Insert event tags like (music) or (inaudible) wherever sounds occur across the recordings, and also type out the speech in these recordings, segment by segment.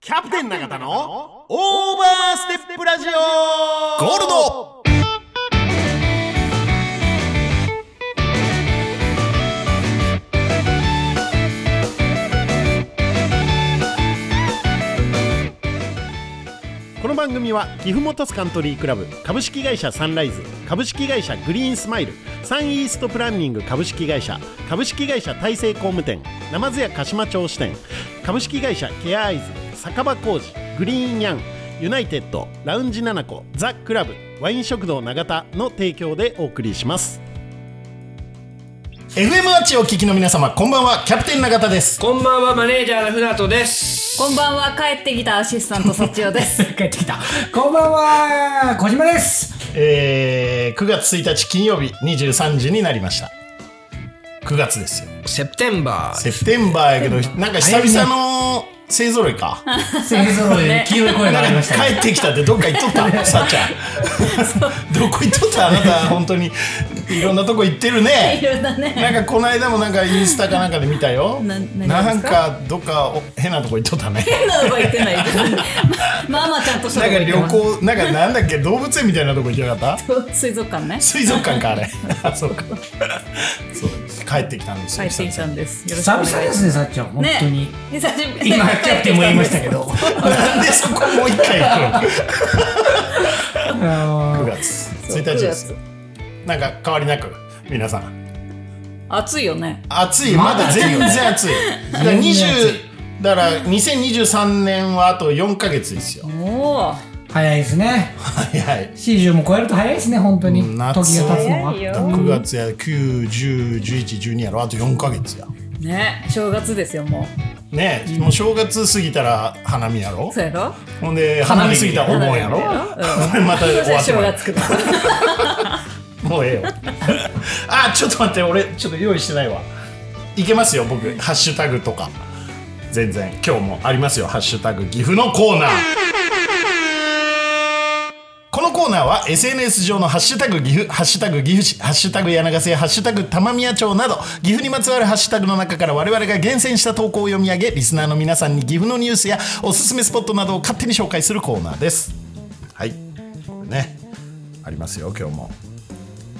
キャプテン永田のオーバーステップラジオゴールドこの番組は岐阜本スカントリークラブ株式会社サンライズ株式会社グリーンスマイルサンイーストプランニング株式会社株式会社大成工務店ナマズ屋鹿島町支店株式会社ケアアイズ酒場工事グリーンヤンユナイテッドラウンジ7個ザ・クラブワイン食堂永田の提供でお送りします FM アーチをお聞きの皆様こんばんはキャプテン永田ですこんばんは、マネージャーの船戸です。こんばんは、帰ってきたアシスタント、そちおです。帰ってきた。こんばんは、小島です。えー、9月1日金曜日23時になりました9月ですよセプテンバー。セプテンバーやけどなんか久々の勢ぞろいか勢ぞろいで黄色い声がありましたね。帰ってきたってどっか行っとったさあちゃんどこ行っとったあなた本当にいろんなとこ行ってるいねろんなね。なんかこの間もなんかインスタかなんかで見たよな何ですかなんかどっかお変なとこ行っとったね変なのが言ってないです。ままあまあちゃんとしたなんか旅とこ行ってます行なんかなんだっけ動物園みたいなとこ行きなかった水族館ね。水族館かあれあそうかそうです帰ってきたんです帰よってきたんです。よろしくお久願々でいしま。すすね、さっちゃん、本当に。ね、久しぶり今、キャプテンも言いましたけ。ど。久々なんでそこもう一回行 (laughs) くあののー9月1日ですよなんか変わりなく皆さん暑いよね。暑いまだ全然暑いだから全然暑い20だから2023年はあと4か月ですよおお。早いですね。はいはい40も超えると早いですね、本当に。うん時夏が経つの早いよは。 9月や9101112やろあと4か月やね、正月ですよ、もねえもう正月過ぎたら花見やろう。そうやろほんで花見過ぎたらお盆やろうんこれ (laughs) また終わって正もらう月くだもうええよ。 (laughs) あ、ちょっと待って、俺、ちょっと用意してないわ。いけますよ、僕、ハッシュタグとか。全然、今日もありますよ、ハッシュタグ岐阜のコーナー。このコーナーは SNS 上のハッシュタグ岐阜、ハッシュタグ岐阜市、ハッシュタグ柳ヶ瀬、ハッシュタグ玉宮町など、岐阜にまつわるハッシュタグの中から我々が厳選した投稿を読み上げ、リスナーの皆さんに岐阜のニュースやおすすめスポットなどを勝手に紹介するコーナーです。はい。ね。ありますよ、今日も。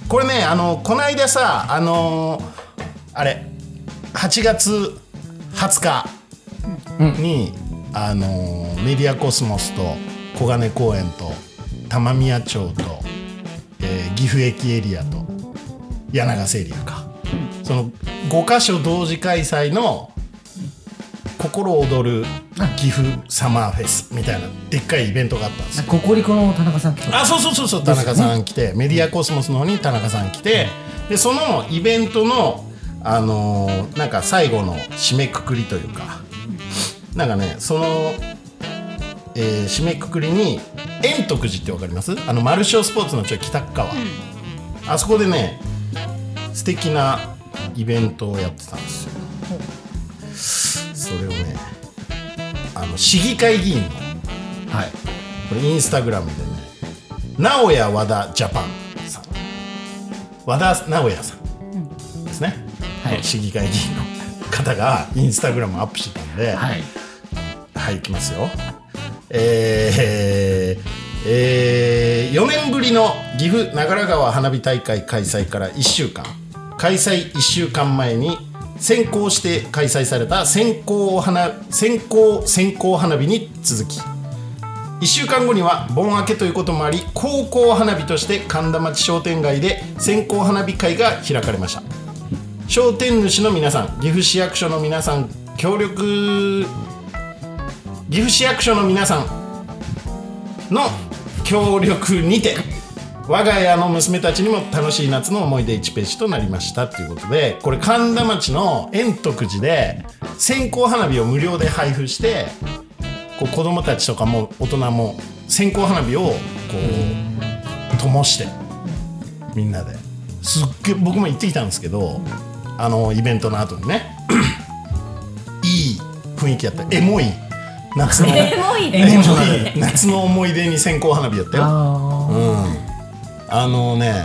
これねあのこの間さあのーあれ8月20日に、あのーメディアコスモスと小金公園と玉宮町と、えー岐阜駅エリアと柳瀬エリアかその5か所同時開催の心躍る岐阜サマーフェスみたいなでっかいイベントがあったんですよココリコの田中さんとか。あそうそうそうそう田中さん来て、メディアコスモスの方に田中さん来て、でそのイベントのあのーなんか最後の締めくくりというかなんかねその、えー締めくくりに円徳寺ってわかりますあのマルショスポーツのちょい北川、あそこでね素敵なイベントをやってたんですよそれをねあの市議会議員のはいこれインスタグラムでね直哉和田ジャパンさん和田直哉さんですね、はい、市議会議員の方がインスタグラムアップしてたんではい、い、きますよえーえ4年ぶりの岐阜長良川花火大会開催から1週間開催1週間前に先行して開催された先行花先行先行花火に続き1週間後には盆明けということもあり高校花火として神田町商店街で線香花火会が開かれました商店主の皆さん岐阜市役所の皆さん協力岐阜市役所の皆さんの協力にて我が家の娘たちにも楽しい夏の思い出1ページとなりましたということでこれ神田町の円徳寺で線香花火を無料で配布してこう子供たちとかも大人も線香花火をこう灯してみんなですっげえ僕も行ってきたんですけどあのイベントの後にね (clears throat) いい雰囲気やったエモい夏のエモいエね。モい夏の思い出に線香花火やったよあーあのね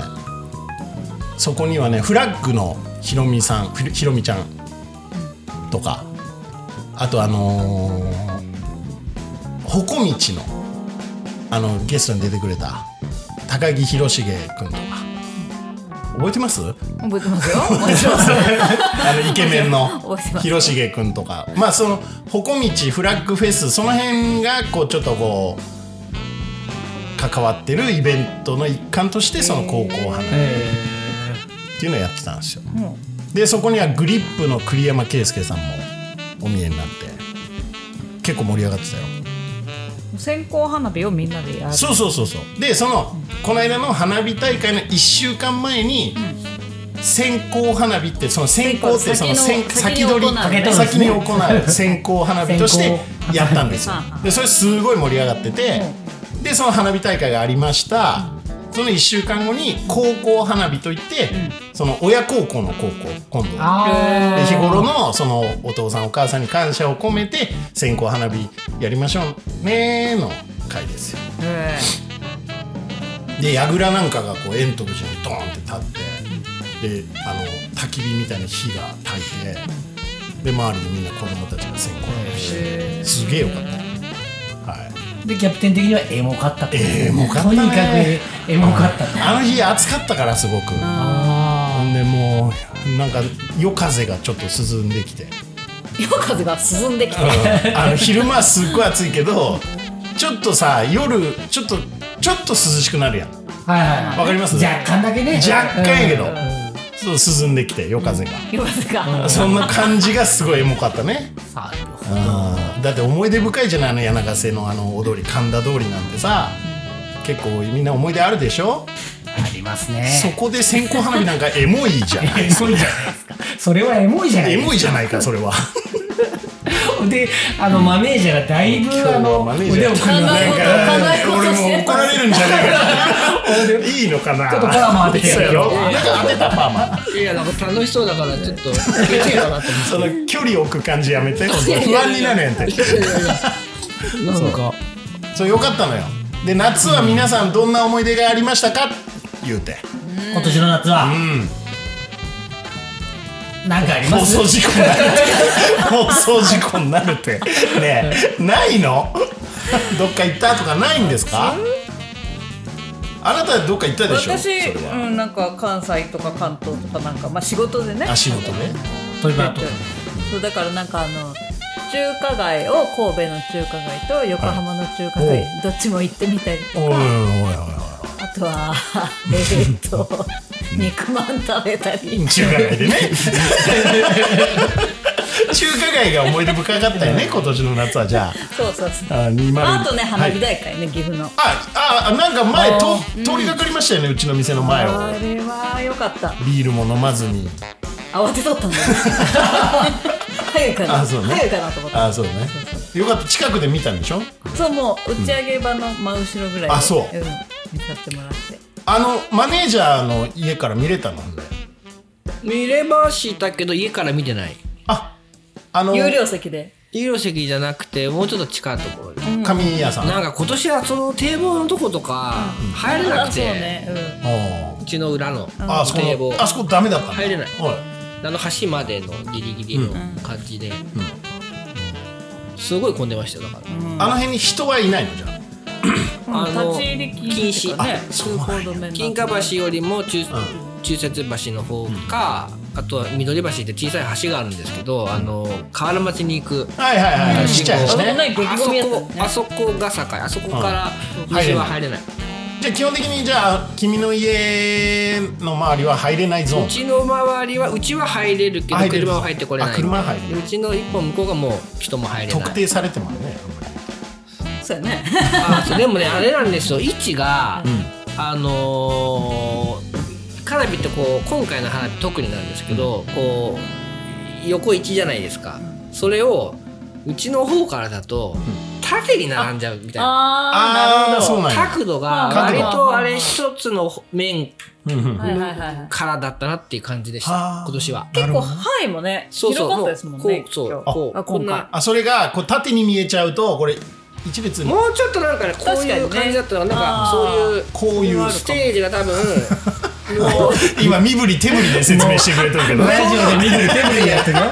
そこにはねフラッグのひろみさんひろひろみちゃんとかあとあのーほこみちのあのゲストに出てくれた高木宏重君とか覚えてます (laughs) 覚えてますよ。覚えてます。あのイケメンの覚えてます広重君とかまあそのほこみちフラッグフェスその辺がこうちょっとこう関わってるイベントの一環としてその高校花火っていうのをやってたんですよ、でそこにはグリップの栗山圭介さんもお見えになって結構盛り上がってたよ線香花火をみんなでやる。そうそうそうそうでそのこの間の花火大会の1週間前に、線香花火ってその線香ってその先先の先取り先に行う先に行う (laughs) 線香花火としてやったんですよ線香でそれすごい盛り上がっててでその花火大会がありましたその1週間後に高校花火といってその親孝行の高校今度はあで日頃のそのお父さんお母さんに感謝を込めて線香花火やりましょうねーの回ですよえで櫓なんかがこう円徳寺にドーンって立ってであの焚き火みたいな火が焚いてで周りにみんな子供たちが線香をしてすげえよかった、はい、ーでキャプテン的にはエモかったとエモかったとねにかくエモかったとあの日暑かったからすごくほんでもうなんか夜風がちょっと涼んできて、 (laughs) え夜風が進んできて。うんあの昼間はすっごい暑いけどちょっとさ夜ちょっとちょっと涼しくなるやんはいはいわかります若干だけね若干やけどうんそう涼んできて夜風が、夜風が。そんな感じがすごいエモかったねさあうんだって思い出深いじゃないあの柳ヶ瀬のあの踊り神田通りなんてさ結構みんな思い出あるでしょ、ありますねそこで線香花火なんかエモい (laughs) じゃないそうじゃないですかそれはエモいじゃないエですモいじゃないかそれはかであのマネージャーがだい今ぶ日はあのマネージ腕ャーを組んで考え事考え俺事しても怒られるんじゃないかないいのかな (laughs) ちょっとパーマ当ててそうやろなんか当てたパーマいや、なんか楽しそうだから、ちょっと、できるかなってその距離置く感じやめて本当不安になるやんて思って。なんか、そうよかったのよで夏は皆さんどんな思い出がありましたか言うて今年の夏はなんかありま放す送事故になるって放送事故になるってねえないのどっか行ったとかないんですかあなたどっか行ったでしょそ私、れうはん、なんか関西とか関東とかなんか、まあ仕事でね。足元ねトリバートそうだからなんかあの中華街を神戸の中華街と横浜の中華街、はいどっちも行ってみたりおいおいおいあ (laughs) とはえーっと肉まん食べたおりい中華街でね中華街が思い出深かったよね今年の夏はじゃそうそうそうああ2 0あとね花火大会ね、岐阜のああなんか前と通りかかりましたよねうちの店の前をあれは良かったビールも飲まずに慌て (laughs) とったんだよ早いかなあそうね早いかなと思ったあそうねよかった近くで見たんでしょそうもう打ち上げ場の真後ろぐらいで、あそうん見させてもらってあのマネージャーの家から見れたの見れましたけど、家から見てない。ああの有料席で医療席じゃなくて、もうちょっと近いところで。紙屋さんなんか今年はその堤防のとことか入れなあそうくて、ね、うん、おうちの裏のああそこ堤防あそこダメだったの入れないおいあの橋までのギリギリの感じで、すごい混んでましたよだから、あの辺に人はいないのじゃあうんあの立ち入り禁止とかね通行止めになって金華橋よりも中,、中節橋の方か、あとは緑橋って小さい橋があるんですけどあの河原町に行くはいはいはいちっちゃいし危なねい激あゴそミやっこたねあそこが境あそこからうん西は入れない,、じゃあ基本的にじゃあ君の家の周りは入れないゾーうンちの周りはうちは入れるけど入れる車は入ってこれなあい車は入れでなういちの一本向こうがもう人も入れない特定されてもねそうやねあそうでもねあれなんですよ位置が、あのー花火ってこう今回の花火特になんですけど、こう横1じゃないですか、それをうちの方からだと、縦に並んじゃうみたいな。ああなあるあーほそうどなんや角度が角割度がとあれ一つの面うんうんはいはいはいはいからだったなっていう感じでしたはあ今年は。結構範囲もねそう広そうかったですもんねもうこうそう今日こうあ今こん回なあそれがこう縦に見えちゃうとこれ一列にもうちょっとなんかねこういう確かにね感じだったのがなんあかーそういうこういうステージが多分もう今身振り手振りで説明してくれてるけどね (laughs) ラジオで見る手振りやってるよ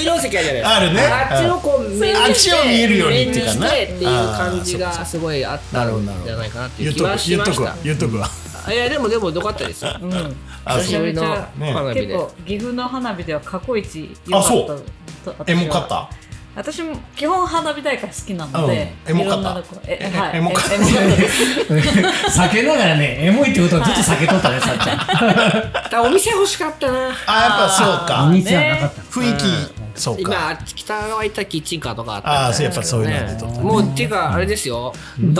有料席あるじゃないです (laughs) かあるねあっちをこう面にしてあっちを見えるようにっていうかな面にしてっていう感じがすごいあったんじゃないかなって言いうっ気とはくし言まっとしくたわ言っとくわいやでもでも良かったですようん、あ久しそうぶりのね花火結で構岐阜の花火では過去一良あかそっうたとエ私はモかった私も基本花火大会好きなので、うんエモかったいろんなとこええはいエモかったえエモかったです避けながらね、エモいってことはずっと避けとったね、さっちゃお店欲しかったあなん。おやっぱそうか店はなかった。雰囲気そう今あかっち北側行ったらキッチンカーとかあったああそうやっぱそういうのでとったもうっていうかあれですよ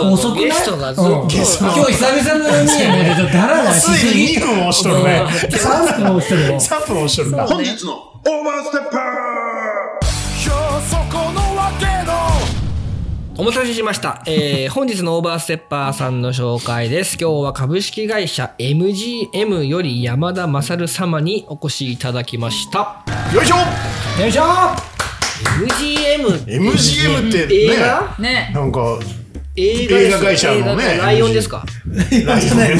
遅くないゲストがずっうんと今日久々の4人やね、ちょっとダラダラしつすいぎに。2分押しとるね3分押してるもん。 3分押しとるな本日のお待たせしました。えー、本日のオーバーステッパーさんの紹介です。今日は株式会社 MGM より山田勝様にお越しいただきました。よいしょよいしょ MGM MGM って映ね画ねなんか映画映画会社のね映画ライオンですかライオンでで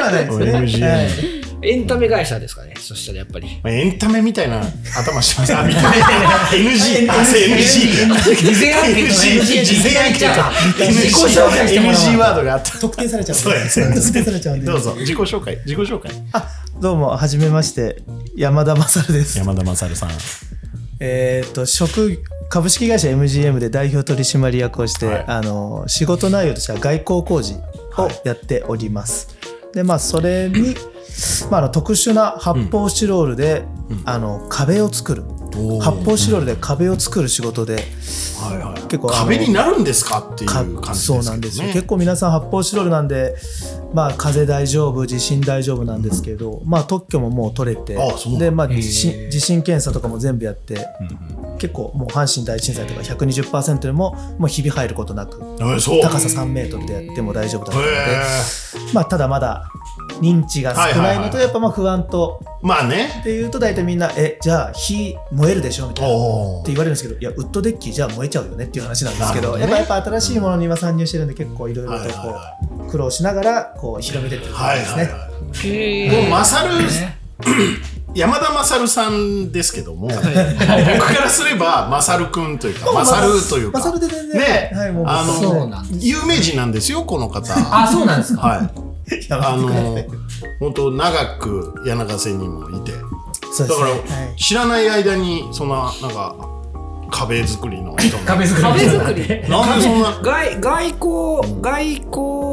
はないですね。 MGM エンタメ会社ですかねそしたらやっぱり。まあエンタメみたいな頭してます。あ、みたい (laughs) な。NG。あ、そう NG。事前発表 NG。事前発見か。自己紹介してもらおう NG ワードがあった。特定されちゃうそうやね特定されちゃうんでどうぞ、自己紹介。自己紹介。あどうもはじめまして山田勝です山田勝さん。えーっと職株式会社 MGM で代表取締役をして、はいあの仕事内容としては外交工事をやっております、でまあそれに、まあ、あの特殊な発泡スチロールで、あの壁を作る発泡スチロールで壁を作る仕事で、結構あの壁になるんですかっていうか感じですけどね。そうなんですよ結構皆さん発泡スチロールなんで、まあ、風大丈夫地震大丈夫なんですけど、まあ、特許ももう取れてあそうなんだで、まあ、地震地震検査とかも全部やって、結構もう阪神大震災とか120%でももうひび入ることなくえそう。高さ3メートルでやっても大丈夫だったので、へまあ、ただまだ認知が少はないいはいのはいとはいやっぱまあ不安とーまあねっ。ていうと大体みんな「えじゃあ火燃えるでしょ」みたいな。おっーて言われるんですけど、いや、ウッドデッキじゃあ燃えちゃうよねっていう話なんですけど、なるほやっどぱねやっぱ新しいものに今参入してるんで、結構いろいろはいはといこはう苦労しながら、こう広めてってる感はいじですはいね。はへい。もう、勝る、 (clears throat) 山田勝さんですけども、僕からすれば、勝くんというか、勝というか。マサルで全然、ねはい、もう、あそうそうのなん有名人なんですよこの方あ、そうなんですか。はいやめあて (laughs) くれの本当長く柳ヶ瀬にもいてだそうかですね。ら知らない間にそんななんか壁作りの人 (laughs) も壁作り。壁作りなんでそんな外外交外交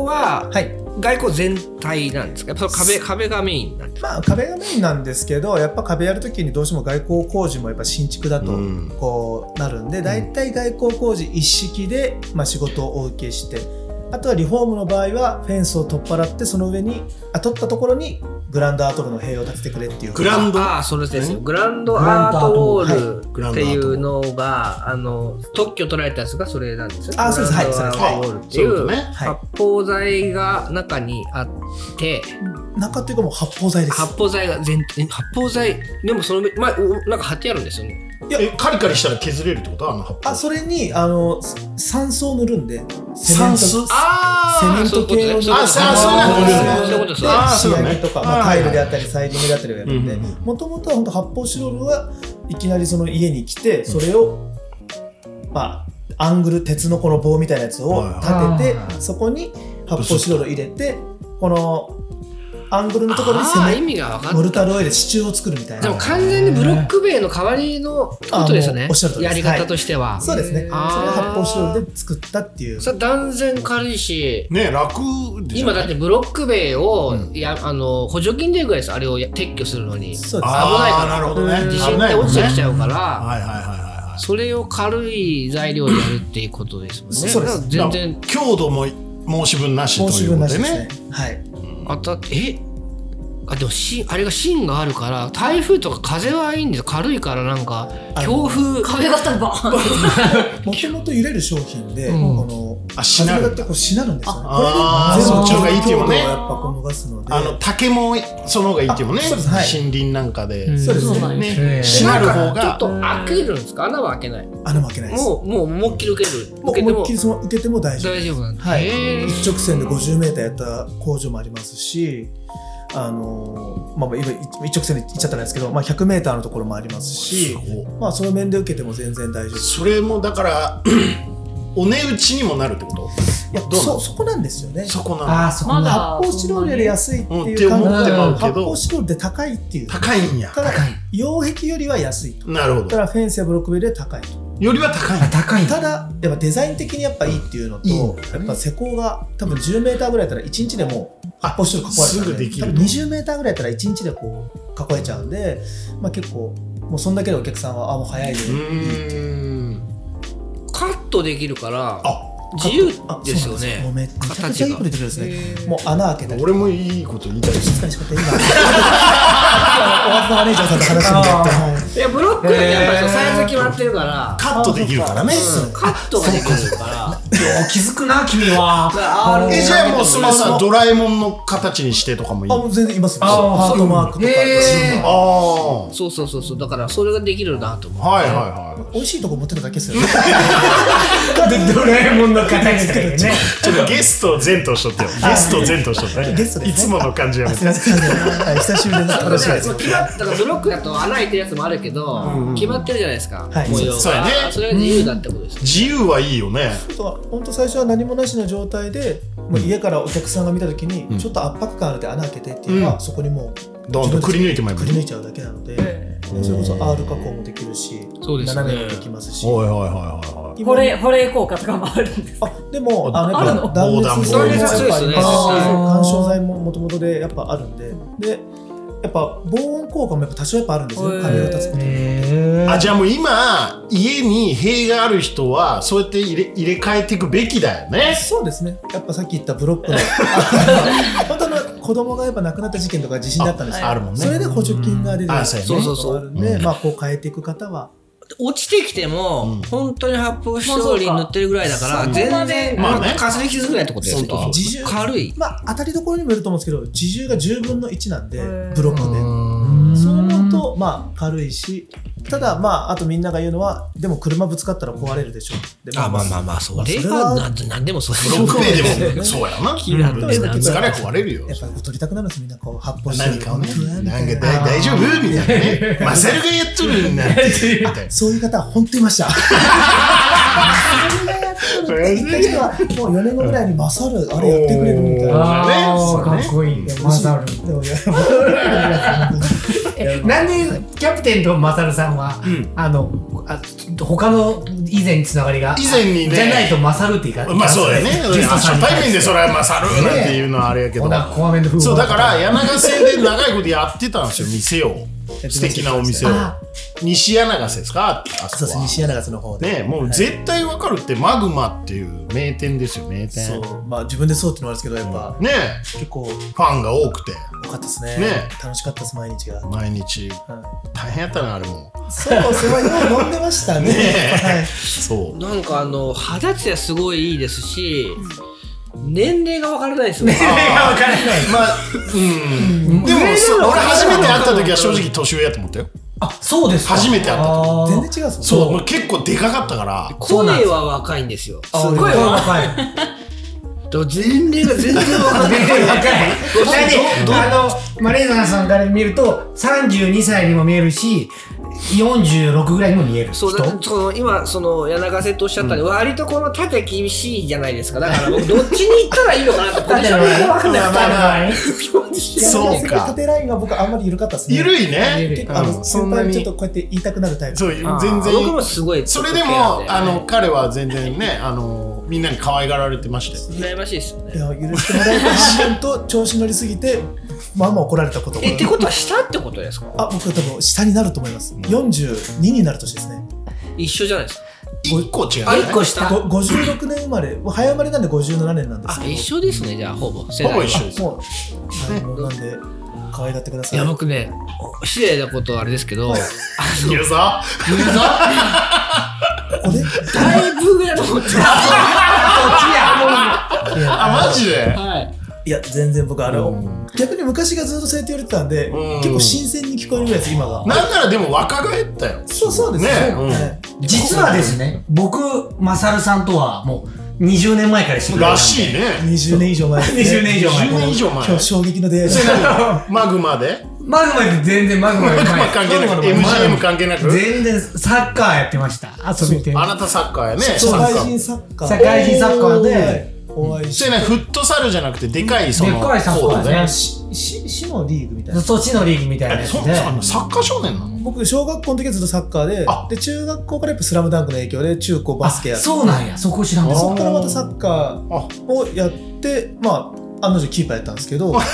ははい。はい外交全体なんですかやっぱその壁壁がメインなんですかまあ、壁がメインなんですけどやっぱ壁やるときにどうしても外交工事もやっぱ新築だとうんこうなるんで大体、外交工事一式で、まあ、仕事をお受けしてあとはリフォームの場合はフェンスを取っ払ってその上にあ取ったところにグランドアートルの塀を立ててくれっていうグランドああそれですよんグランドアートウォグランールドってアーいトウォールうのがあの特許取られたやつがそれなんですよあそうですグランドアートウォールっていはいそううですねはい発泡剤が中にあって中っていうかもう発泡剤です発泡剤が全え発泡剤でもそのまあおなんか貼ってあるんですよねえカリカリしたら削れるってことあの葉っぱあそれにあの酸素を塗るんで酸素あセメンそういうこトと系をねあそうそうなんだそういうことそういうことあー仕そうだね上げとか、まあ、はタいイルであったりサイディングであったりをやるんでうんうんもともとは本当発泡スチロールはいきなりその家に来てそれを、まあ、アングル鉄のこの棒みたいなやつを立ててはいそこに発泡スチロールを入れてこのアングルのところにセあーメ意ン味が分かモっルタルを入れて支柱を作るみたいたでもな完全にブロック塀の代わりのことですよあねもうおっしゃる通りでやすり方としてはそうですねそれをあー発泡スチロールで作ったっていうそれ断然軽いしね楽でしょ今だってブロック塀を、やあの補助金出るぐらいですあれをや撤去するのにそうであ危ないすかあらなるほどね地震危っなていもん落ねちてきちゃうから、はいはいはいはいはいそれを軽い材料でやるっていうことですもんねそうですだから全然強度も申し分なし申としいう分こなとしでですねねはいあたえあでもしあれが芯があるから台風とか風はいいんです軽いからなんか強風壁ごとボーンもともと揺れる商品で、うんこのあしなるんだ風がってこうしなるんですよね。あこれであー全部そっちの方がいいっていうもんね強度をやっぱこう逃すので、あの竹もその方がいいっていうもんねあそうですはい森林なんかでそうですそうなんね。ですねへーしなる方ちょっがと開けるんですか穴は開けないも穴も開けないです。もうもう思いっきり受けるう受けて思いもっきりその受けても大丈夫。大丈夫なんだ、はいへー一直線で50メーターやった工場もありますし、あのまあ、まあ今一直線で行っちゃったんですけど、まあ、100m のところもありますし、まあ、その面で受けても全然大丈夫それもだから (clears throat) お値打ちにもなるってこといやどうなのそそこなんですよねそ発こなのああ、そこまだ泡スチロールより安いってうんっいてう感思ってじでまうけ発ど泡スチロールで高いっていう高いんやただ擁壁よりは安いとなるほだかどらフェンスやブロックベルよりは高いとよりは高いあ高いんだただやっぱデザイン的にやっぱいいっていうのといいんやっぱ施工が多分 10m ぐらいやったら1日でもうあ発泡スチロすぐール囲われできる多分 20m ぐらいやったら1日でこう囲えちゃうんで、まあ、結構もうそんだけでお客さんはあもう早いようーんカットできるからあ自由あそうですなんよですよもねうめっちゃくちゃいいこと言ってくれるんですねもう穴開けたり (laughs) 俺もいいこと言いたいです静かにしかった今お初のマネージャーさんと話してもらってはいいやブロックよりやっぱりサイズ決まってるからカットできるからねうんカットができるからよう気づくな、君は。あえじゃあもうそれそさのドラえもんの形にしてとかもいいあもう全然いますよあーハートマークとかへーあそうそうそうそうだからそれができるなと思あはいはいは美味しいとこ持ってるだけですよねドラえもんの形だけね。いちょっとゲストを前頭しとってよゲストを前頭しとってねゲストですねいつもの感じやめすていません、はい、久しぶりでうす。だ (laughs) 楽しいかでらすそ。う決まっだからブロックだと穴開いてるやつもあるけど、決まってるじゃないですか、はい模様がそうやねそれが自由だってことですい自由はいいよね本当最初は何もなしの状態で、もう家からお客さんが見たときに、ちょっと圧迫感あるで穴開けてっていうのは、うんそこにもうどんどんくり抜いてまいりまくすり抜いちゃうだけなので、それこそ R 加工もできるし、そうですね斜めもできますし、はいはいはいはいはい今保冷保冷効果とかもあるんですあでもあのあやるっぱの断熱防弾や防弾っぱありそうですねあー干渉材ももともとでやっぱあるんで、でやっぱ防音効果もやっぱ多少やっぱあるんですよ。へー壁を立つことによって。あじゃあもう今家に塀がある人はそうやって入れ入れ替えていくべきだよねそうですね。やっぱさっき言ったブロックの、あの本当の子供がやっぱ亡くなった事件とか地震だったんですよ。ああるもんねそれで補助金が出てうんあるそうやねがあるんで、まあこう変えていく方は、落ちてきても、うん本当に発泡スチロールに塗ってるぐらいだから、そうか全そこまで然、まあまあねかすり傷ぐらいってことですそうよそう自重軽いまあ当たりどころにもよると思うんですけど、自重が10分の1なんでへー、ブロックうで。んそう思うと、まあ軽いし、ただまああとみんなが言うのは、でも車ぶつかったら壊れるでしょう。であまあまあまあそれまあはそれなはなんでもそうブロック塀そうででもすそうやなになるね疲れ壊れるよやっぱ取りたくなるんですみんなこう発泡して何かをねなんかなだ大丈夫みたいなねマサルがやっとるんなんてみたいなそういう方は本当にいました。それがやってるって言った人はもう4年後ぐらいにマサルあれやってくれるみたいな。ああ、かっこいいいや。マサル。でもいやマサルなんですよなんでキャプテンとマサルさんは、あの、あ他の以前につながりが、以前にねじゃないとマサルって言い方。まあそうだよねゲストさ初んに対対して面でそれはマサルなんていうのはあれやけこどんなコアメント風そうだから柳ヶ瀬で長いことやってたんですよ店を素敵なお店をあ西柳ヶ瀬ですかあそそうでこすは西柳瀬の方で。ねもう絶対わかるってマグマっていう名店ですよ名そ店うまあ自分でそうってのはあるんですけどやっぱね結構ファンが多くて多かったですねね。楽しかったです毎日が。毎日大変やったなあれもそうそれはよう飲んでましたね。はい。そうなんかあの肌ツヤすごいいいですし、年齢がわからないですよねわからない。まあうんでもそう俺初めて会った時は正直年上やと思ったよあ、そうですか。初めて会った時あー全然違うんですそうもんもう結構でかかったから声は若いんですよすあごい俺若い若い。でも年齢が全然わからない若い。あの、マレーザーさんから見ると、32歳にも見えるし、46ぐらいにも見える人。 (laughs) そうだってその今その柳ヶ瀬とおっしゃったように、割とこの縦厳しいじゃないですかだから (laughs) 僕どっちに行ったらいいのかな (laughs) ってポジションがわかんなくてそうか縦ラインが僕あんまり緩かったですね。ゆるいね結構あうのんそ先んな輩にちょっにとこうやって言いたくなるタイプ。そう全然僕もすごいそれでも、あの彼は全然ねあのみんなに可愛がられてましたよ羨ましいですよねいや許してもらえた自分と調子乗りすぎてまあまあ怒られたことがえってことは下ってことですかあ僕は多分下になると思います42になる年ですね一緒じゃないですか一個違う、ね、あ一個下ご56年生まれ早生まれなんで57年なんであすけど一緒ですねじゃあほぼ世ほぼ代一緒はですもう、はい、もうなんで可愛がってくださいいや僕ね失礼なことはあれですけどいるぞここでだいぶ上だと思っていやあマジではいいや全然僕あれ、うん逆に昔がずっとそうやって言われてたんで、うん結構新鮮に聞こえるぐらいです今がなんならでも若返ったよそうそうですねねうんはい実はですね、僕、マサルさんとはもう、 20年前からしてくれたんらでしいね20年以上前20年以上前10年以上前今日衝撃の出会いそだれ何マグマでマグマって全然マグマより前マグマ関係なくマグマの前 MGM 関係なく全然サッカーやってました遊びてあなたサッカーやね社サッ会カー人サッカー社会人サッカーでお会いしそれねフットサルじゃなくてでかいそのでっかいサッカーコートねしし市のリーグみたいなそっちのリーグみたいなえやつそそでんなサッカー少年な (laughs) の僕小学校の時はずっとサッカーであで中学校からやっぱ「スラムダンクの影響で中高バスケやあってそうなんやそこ知らんでわそっからまたサッカーをやってまあ案の定キーパーやったんですけどあ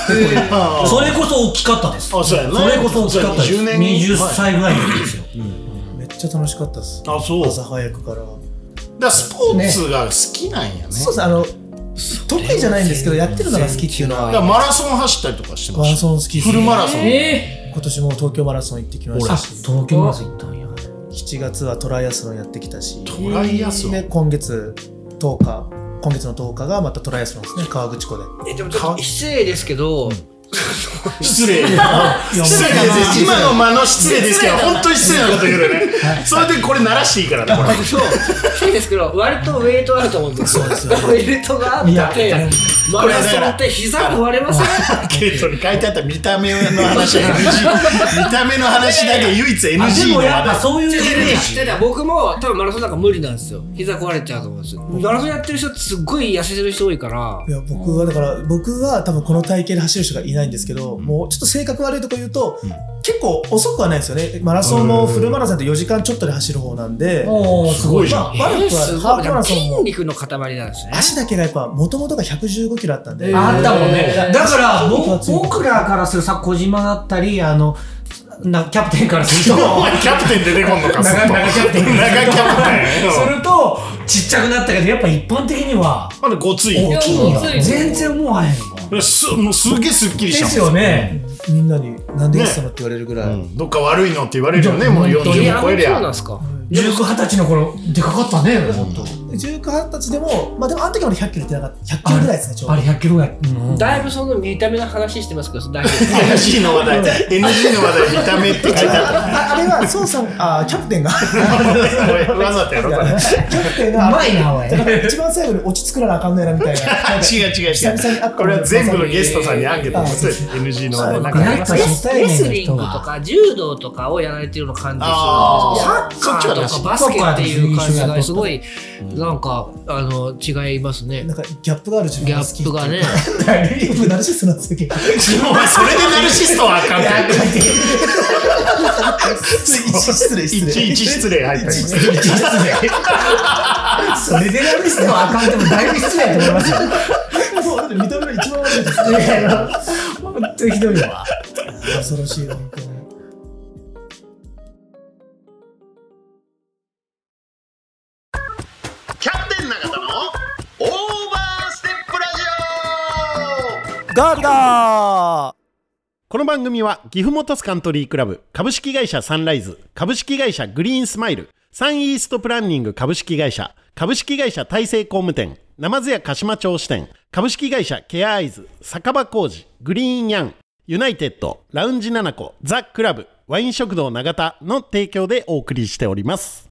それこそ大きかったです。あそうやねそれこそ大きかったです。そうやね20 20年歳ぐらいの時ですよ。めっちゃ楽しかったですあそう朝早くからだからスポーツが好きなんやねそうですねあの得意じゃないんですけどやってるのが好きっていうのだかはらマラソン走ったりとかしてマまラしたソン好きですフルマラソン今年も東京マラソン行ってきましたし東京まず行ったんや。 7月はトライアスロンやってきたしトライアスロンで今月10日今月の10日がまたトライアスロンですね川口湖で (laughs) えでもちょっと失礼ですけど、失礼失礼です今の間の失礼ですけど本当に失礼なこと言うよねそれでこれ鳴らしていいからねこれそう失礼ですけど割とウェイトあると思うんですよウェイトがあってマラソンって膝壊れませんアンケートに書いてあった見た目の話は NG 見た目の話だけ唯一 NG のあ、話でもやっぱそういうレベルや知ってた僕も多分マラソンなんか無理なんですよ膝壊れちゃうと思うんですマラソンやってる人ってすっごい痩せてる人多いからいや僕はだから僕は多分この体型で走る人がいないんですけど、もうちょっと性格悪いとこ言うと、結構遅くはないんですよねマラソンもフルマラソンって4時間ちょっとで走る方なんで、おーすごいじゃんまあ、悪くはすハごーいフマラソン筋も肉の塊なんですね足だけがやっぱもともとが115キロあったんで、あったもんねだから、僕僕は強い僕らからするさ小島だったりあのなキャプテンからする (laughs) とお前キャプテン出てこんのか長長キャプテン長キャプテンするとちっちゃくなったけどやっぱ一般的にはまだごつい大きいんごついだね全然思わへんすもうすげえすっきりでしたもんすよねみんなに「なんで痩せたの?」って言われるぐらい、うんどっか悪いのって言われるよねもう40も超えりそうなんゃですか19、20歳の頃でかかったねもっと19、20歳でもまあでもあの時まで100キロいってなかった100キロぐらいですねちょうあれ100キロぐらいうんだいぶその見た目の話してますけど大丈 NG の (laughs) 話題 NG の話題見た目って書いてどあっああれは孫さんあキャプテンがたこれわざとやろキこれャプテンうがまいなおいだから一番最後に落ち着くならあかんのやなみたいな違う違う違久々に会ったうこれは全部のゲストさんにアンケートを取って NG の話題なんかありや (laughs) まっすぱ夫レ初ス対レス面のリング人とはか柔道とかをやられてるような感じあするんですよーサッカーそっとちはかバなしスケっていう感じがすごいなんかあの違いますねなんかギャップがある自ギ分ャが好きッっていプうが (laughs) ね僕ナルシストなんですよ結構お前それでナルシストはあかんって失礼いちいち失礼入った今それでやる人はあかんでもだいぶ失礼だと思いますよもうだって見た目が一番悪いです本当にひどいわ恐ろしい本当にキャプテン永田のオーバーステップラジオガーガーこの番組は岐阜モトスカントリークラブ株式会社サンライズ株式会社グリーンスマイルサンイーストプランニング株式会社株式会社大成工務店ナマズ屋鹿島町支店株式会社ケアアイズ酒場工事グリーンヤンユナイテッドラウンジ7個ザ・クラブワイン食堂永田の提供でお送りしております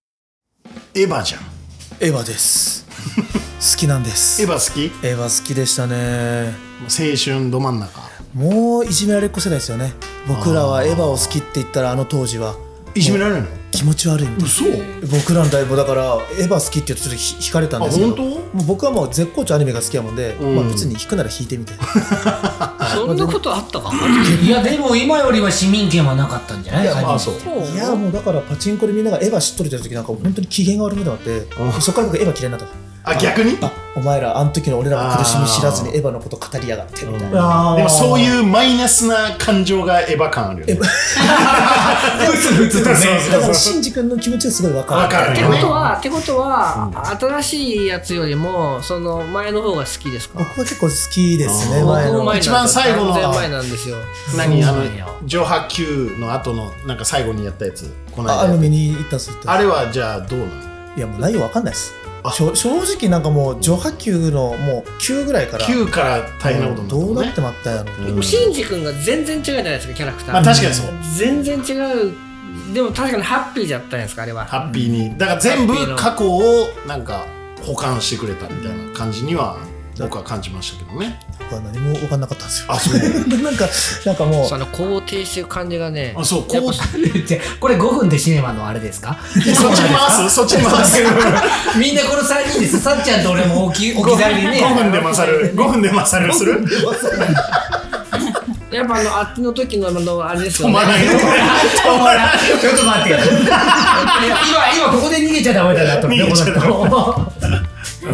エヴァじゃん (laughs) エヴァです好きなんですエエヴァ好きヴァ好きでしたね青春ど真ん中もういじめられっ子世代ですよね僕らはエヴァを好きって言ったらあの当時はいじめられるの気持ち悪いんです嘘僕らの代もだからエヴァ好きって言うとちょっとひ惹かれたんですけあど本もう僕はもう絶好調アニメが好きやもんで、んまあ、別に弾くなら弾いて (laughs) みたいなそんなことあったかいや、でも今よりは市民権はなかったんじゃないまあそういやもうだからパチンコでみんながエヴァ知っとるって時なんか本当に機嫌が悪くなってそこから僕エヴァ嫌いになったあ逆にであお前らあの時の俺らの苦しみ知らずにエヴァのこと語りやがってみたいなあもそ (laughs) ういうマイナスな感情がエヴァ感あるよ (laughs) ねふつふつとねだからシンジ君の気持ちはすごいわかわるかっるてよこねとは、ってことは、新しいやつよりも、その前の方が好きですか僕は結構好きですねあー前僕も前なのんです一番最後の完全前なんですよ。何あのよ上波球の後のなんか最後にやったやつこのああ間のやっ見に行ったんですたあれはじゃあどうなのいやもう内容わかんないですあしょ正直なんかもう上波球のもう9ぐらいから球から大変なことどにうななっったてねまったんやろでも、シンジ君が全然違うじゃないですか、キャラクタまあー。確かにそう全然違う。でも確かにハッピーじゃったんですか、あれは。ハッピーにだから全部過去をなんか保管してくれたみたいな感じには僕は感じましたけどね僕は何も分かんなかったんですよあそう (laughs) なんかなんかもうその肯定してる感じがねあそうこやっうぱそっこれ5分でシネマのあれですかちに回すそっちに回すみんなこの3人ですさっちゃんと俺も置き置き去りにね5分で勝る5分で勝るするやっぱあのあっちの時のあのあれですよねちょっと待ってよ今今ここで逃げちゃダメだなと思ってこの人そ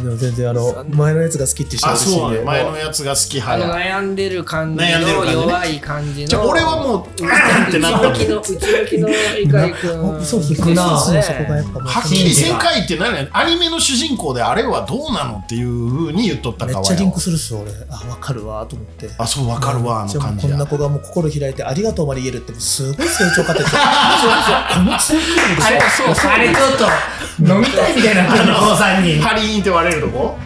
うでも全然あの前のやつが好きって人はあ嬉しいそうんでなの前のやつが好きあの派や悩んでる感じ悩んでるの感じね弱い感じのじゃあ俺は (laughs) もううーんってなったもん内向きの内向きの猪狩あ君そうそう行くなそうそうそこがやっぱもうはっきり世界って何やねんアニメの主人公であれはどうなのっていうふうに言っとっためかっわちゃリンクよするっすよ俺あ分かるわと思ってあそうわかるわあのじゃあ感もうじこんやな子がもう心開いてありがとうまで言えるってもうすごい成長過程でこの成長力あれあれちょっと飲みたいみたいなこの3人パリーンって割れるとこ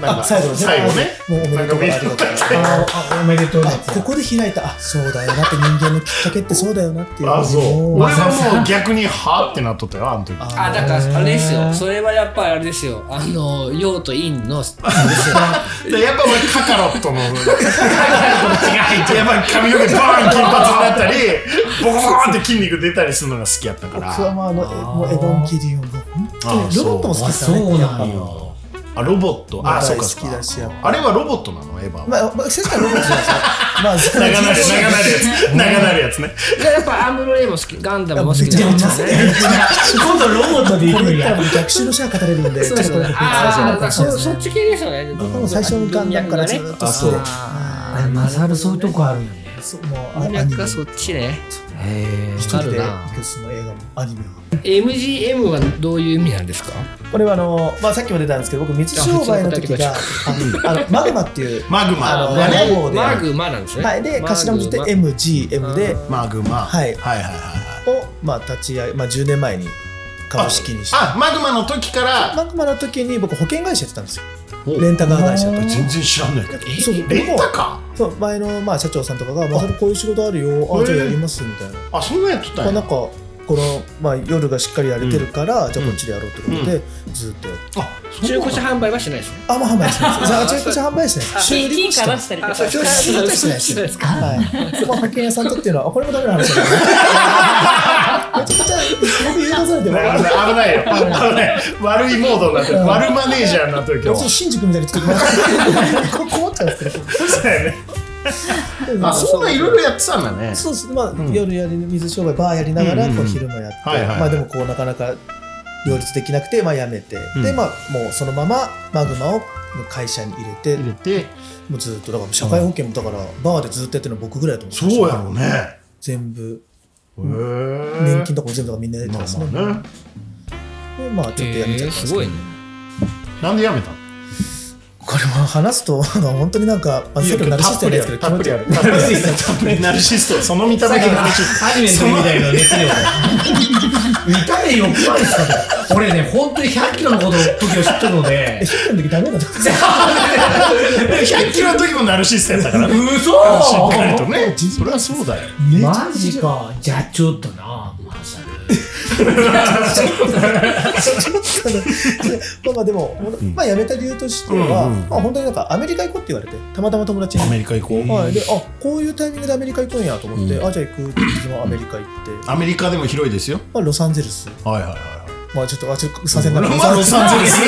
なんあか (laughs) 最後の最後ねもうおめでとうありがとうあおめでとうあここで開いたあそうだよなって人間のきっかけってそうだよなっていうあそうも俺はもう逆にはーってなっとったよあの時ああだからあれですよそれはやっぱりあれですよあの陽と (laughs) 陰のでやっぱ俺カカロットのやっぱ髪の毛バーン金髪になったりボコボコンって筋肉出たりするのが好きやったから僕はまああのえもうエヴァンゲリオンが本当あにロボットも好きですよねそうなんやっよあロボットぱあそう大好かそうきかだしやっぱあれはロボットなのエヴァは、 (laughs) まあまあ先生はロボットじゃないですかまあ長なる長なるやつ (laughs) 長なるやつねやっぱアムロレイも好きガンダムも好きめちゃめちゃ好きだね今度ロボットでこ行くんれ (laughs) 多や分逆襲のシェア語れるんで、そうですねああそそっち系ですよね僕も最初のガンダムからずっと好きで、ああれマサルそういうとこあるよねそうもうーあアニメ、なんかそ一っちねへ人あるでな一つの映画もアニメも。 MGM はどういう意味なんですかこれはあの、まあ、さっきも出たんですけど、僕水商売の時が、ああのマグマっていう、マグマあのだねマグマでマグマなんですねはい、で頭文字で MGM で、マグマ、はいはいはいはいをまあ立ち上げ、まあ10年前に株式にして。あマグマの時からマグマの時に僕保険会社やってたんですよ。レンタカー会社とか。全然知らないそう僕レンもタカそう前のまあ社長さんとかが、まあ、それこういう仕事あるよ、あじゃあやりますみたいな。ーあそんなんやっとったまあ、んなやんかこの、まあ、夜がしっかりやれてるから、じゃあこっちでやろうってことで、ずーっとやってあそう中古車販売はしないですねあんま販売してないですあ中古車販売してない金修金理もしてかないらしたりとあかそう修理もしてないしそうですかはいまあ、保険屋さんとっていうのはあこれもダメな話だけどめちゃくちゃ僕言い出されても危ない危ないよ危ない悪いモードになってる悪マネージャーになってるけどそう新宿みたいに作ってもらってこ困っちゃうんですけどそうやねあそんなんいろいろやってたんだねそうですまあ、夜やり水商売バーやりながら、うんうんうんこう昼もやって、はいはいはいまあでもこうなかなか両立できなくてまあやめて、うんでまあもうそのままマグマを会社に入れて入れてもうずっとだから社会保険もだからバーでずっとやってるの僕ぐらいだと思ってそましたうやろうね全部へえ年金とかも全部だからみんなやってまますあね,、まあねでまあちょっとやめちゃったんですけすど、ごいねなんでやめたのこれも話すとあの本当になんか、まあ、セルナルシストじゃないですけどたっぷりあ悪いるたっぷりあるたっぷりナルシストその見た目がナルシスアニメの時みたいな熱量 (laughs) で見た目よっぱいですから俺ね本当に100キロのこと時を知ってるのでえ100の時ダメだったト100キロの時もナルシストやったか (laughs) ら嘘しっかりとねそれはそうだよマジかじゃあちょっとなマサルまあまあでも、まあ辞めた理由としては、うんうんまあ本当になんかアメリカ行こうって言われて、たまたま友達に。アメリカ行こうはい、で、あ、こういうタイミングでアメリカ行くんやと思って、うんあ、じゃあ行くって言って、そのアメリカ行って、アメリカでも広いですよまあロサンゼルス、はいはいはいまあちょっと、あ、ちょっと、させんなまあロサンゼルスなんでちょっと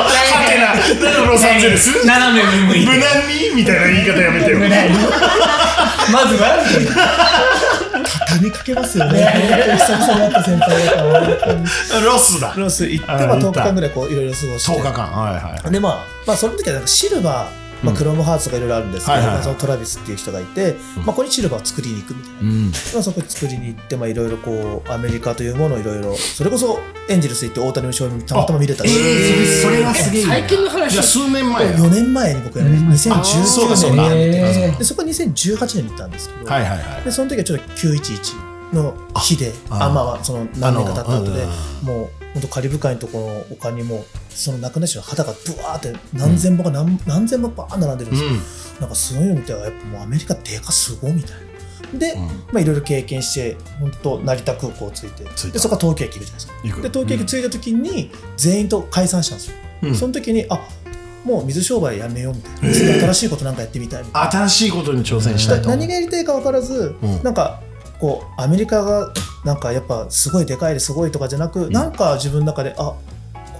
ハテななんでロサンゼルス斜め向い無て難にみたいな言い方やめてよ無難にまずは畳みかけま (laughs) すよね。久々に会った先輩だから、本ロスだ当にロス行って、あまあ行10った日間ぐらいこう、いろいろ過ごして。 10日間はいはいでまあ、まあ、その時はなんかシルバー、まあ、クロムハーツとかいろいろあるんですけど、はいはいはいそのトラビスっていう人がいて、まあ、これにシルバーを作りに行くみたいな、まあ、そこに作りに行ってまあいろいろこうアメリカというものをいろいろそれこそエンジェルス行って大谷の勝利たまたま見れたし、それはすげえ最近の話じゃあ数年前や4年前に僕やねあそうかそう2019か年にはでそこは2018年に行ったんですけど、いはいはいでその時はちょっと911の日であああまあまあその何年か経った後であのもう本当カリブ海のところの丘にもうその亡くなった人の肌がブワーって何千本か何,、何千本バーン並んでるんですよ、なんかすごいの見てやっぱもうアメリカでかすごいみたいな。で、まあ、いろいろ経験して本当成田空港着いて着いたでそこから東京駅行くじゃないですか行くで東京駅着いた時に全員と解散したんですよ、うんその時にあもう水商売やめようみたいな次新しいことなんかやってみたいみたいな新しいことに挑戦したいだと何がやりたいか分からず、うんなんかこうアメリカがなんかやっぱすごいでかいですごいとかじゃなく、なんか自分の中であこ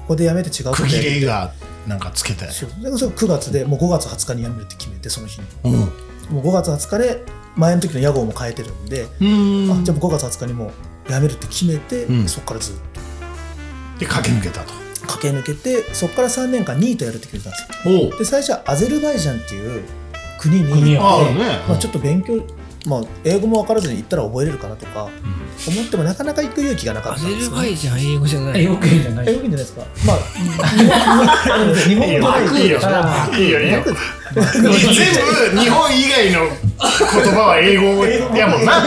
こでやめて違うこと区や切りりがなんかつけてそうでそれ9月でもう5月20日に辞めるって決めてその日にうんもう5月20日で前の時の屋号も変えてるんで、うんあじゃあもう5月20日にもう辞めるって決めて、うんそこからずっで駆け抜けたとと駆け抜けてそこから3年間ニートやるって決めたんですよおうで最初はアゼルバイジャンっていう国に国行っをああてねまあ、ちょっと勉強、まあ、英語も分からずに行ったら覚えれるかなとか思ってもなかなか行く勇気がなかアったんゼでルすよバイジャン英語じゃ (laughs) ない。よく言うじゃない英語いいんじゃないですかまあ日本日本語いいよいいよいいよ全部日本以外の言葉は英語やもんな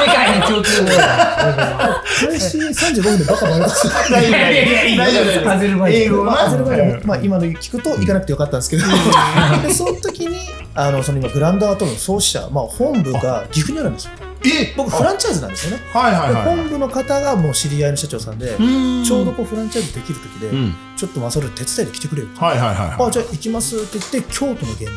世界の共通語だ。開始35分でバカバカです (laughs) 大丈夫大丈夫アゼルバイジャン英語まあ、アゼルバイジャンはも、まあ、今の聞くと行かなくてよかったんですけど、でその時にあのその今グランドアートの創始者、まあ、本部が岐阜にあるんですよえ僕フランチャイズなんですよねはいはでいはいはい本部の方がもう知り合いの社長さんでうんちょうどこうフランチャイズできる時で、うんちょっとまあそれ手伝いで来てくれると、はいはいはいあはじゃあ行きますって言って京都の現場にい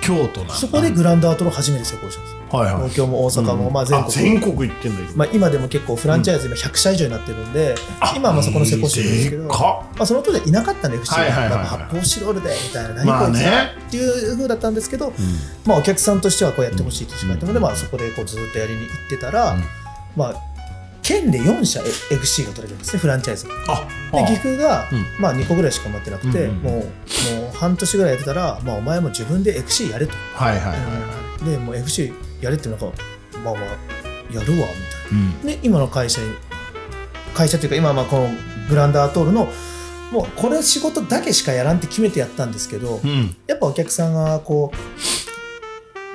京都なそこでグランドアートの初めて成功したんですよはいはい東京も大阪も、まあ、全あ国全国行ってんだまあ、今でも結構フランチャイズ今100社以上になってるんで、今はまあそこの成功してるんですけど、でまかあ、その当時はいなかったんで FC が、はいはいはいはいなんか発泡スチロールでみたいなまあ何こいつねっていう風だったんですけど、まあ、お客さんとしてはこうやってほしいって言ってもらったので、まあ、そこでこうずっとやりに行ってたら、うんまあ、県で4社 FC が取れるんですねフランチャイズがあで岐阜が、うんまあ、2個ぐらいしか持ってなくて、うんうんうんもうもう半年ぐらいやってたら、まあ、お前も自分で FC やれと。はいはいはいはいでもう FC やれってなんかまあまあやるわみうんたいなで今の会社に会社というか今はまあこのグランドアトールのもうこれ仕事だけしかやらんって決めてやったんですけどうんやっぱお客さんがこう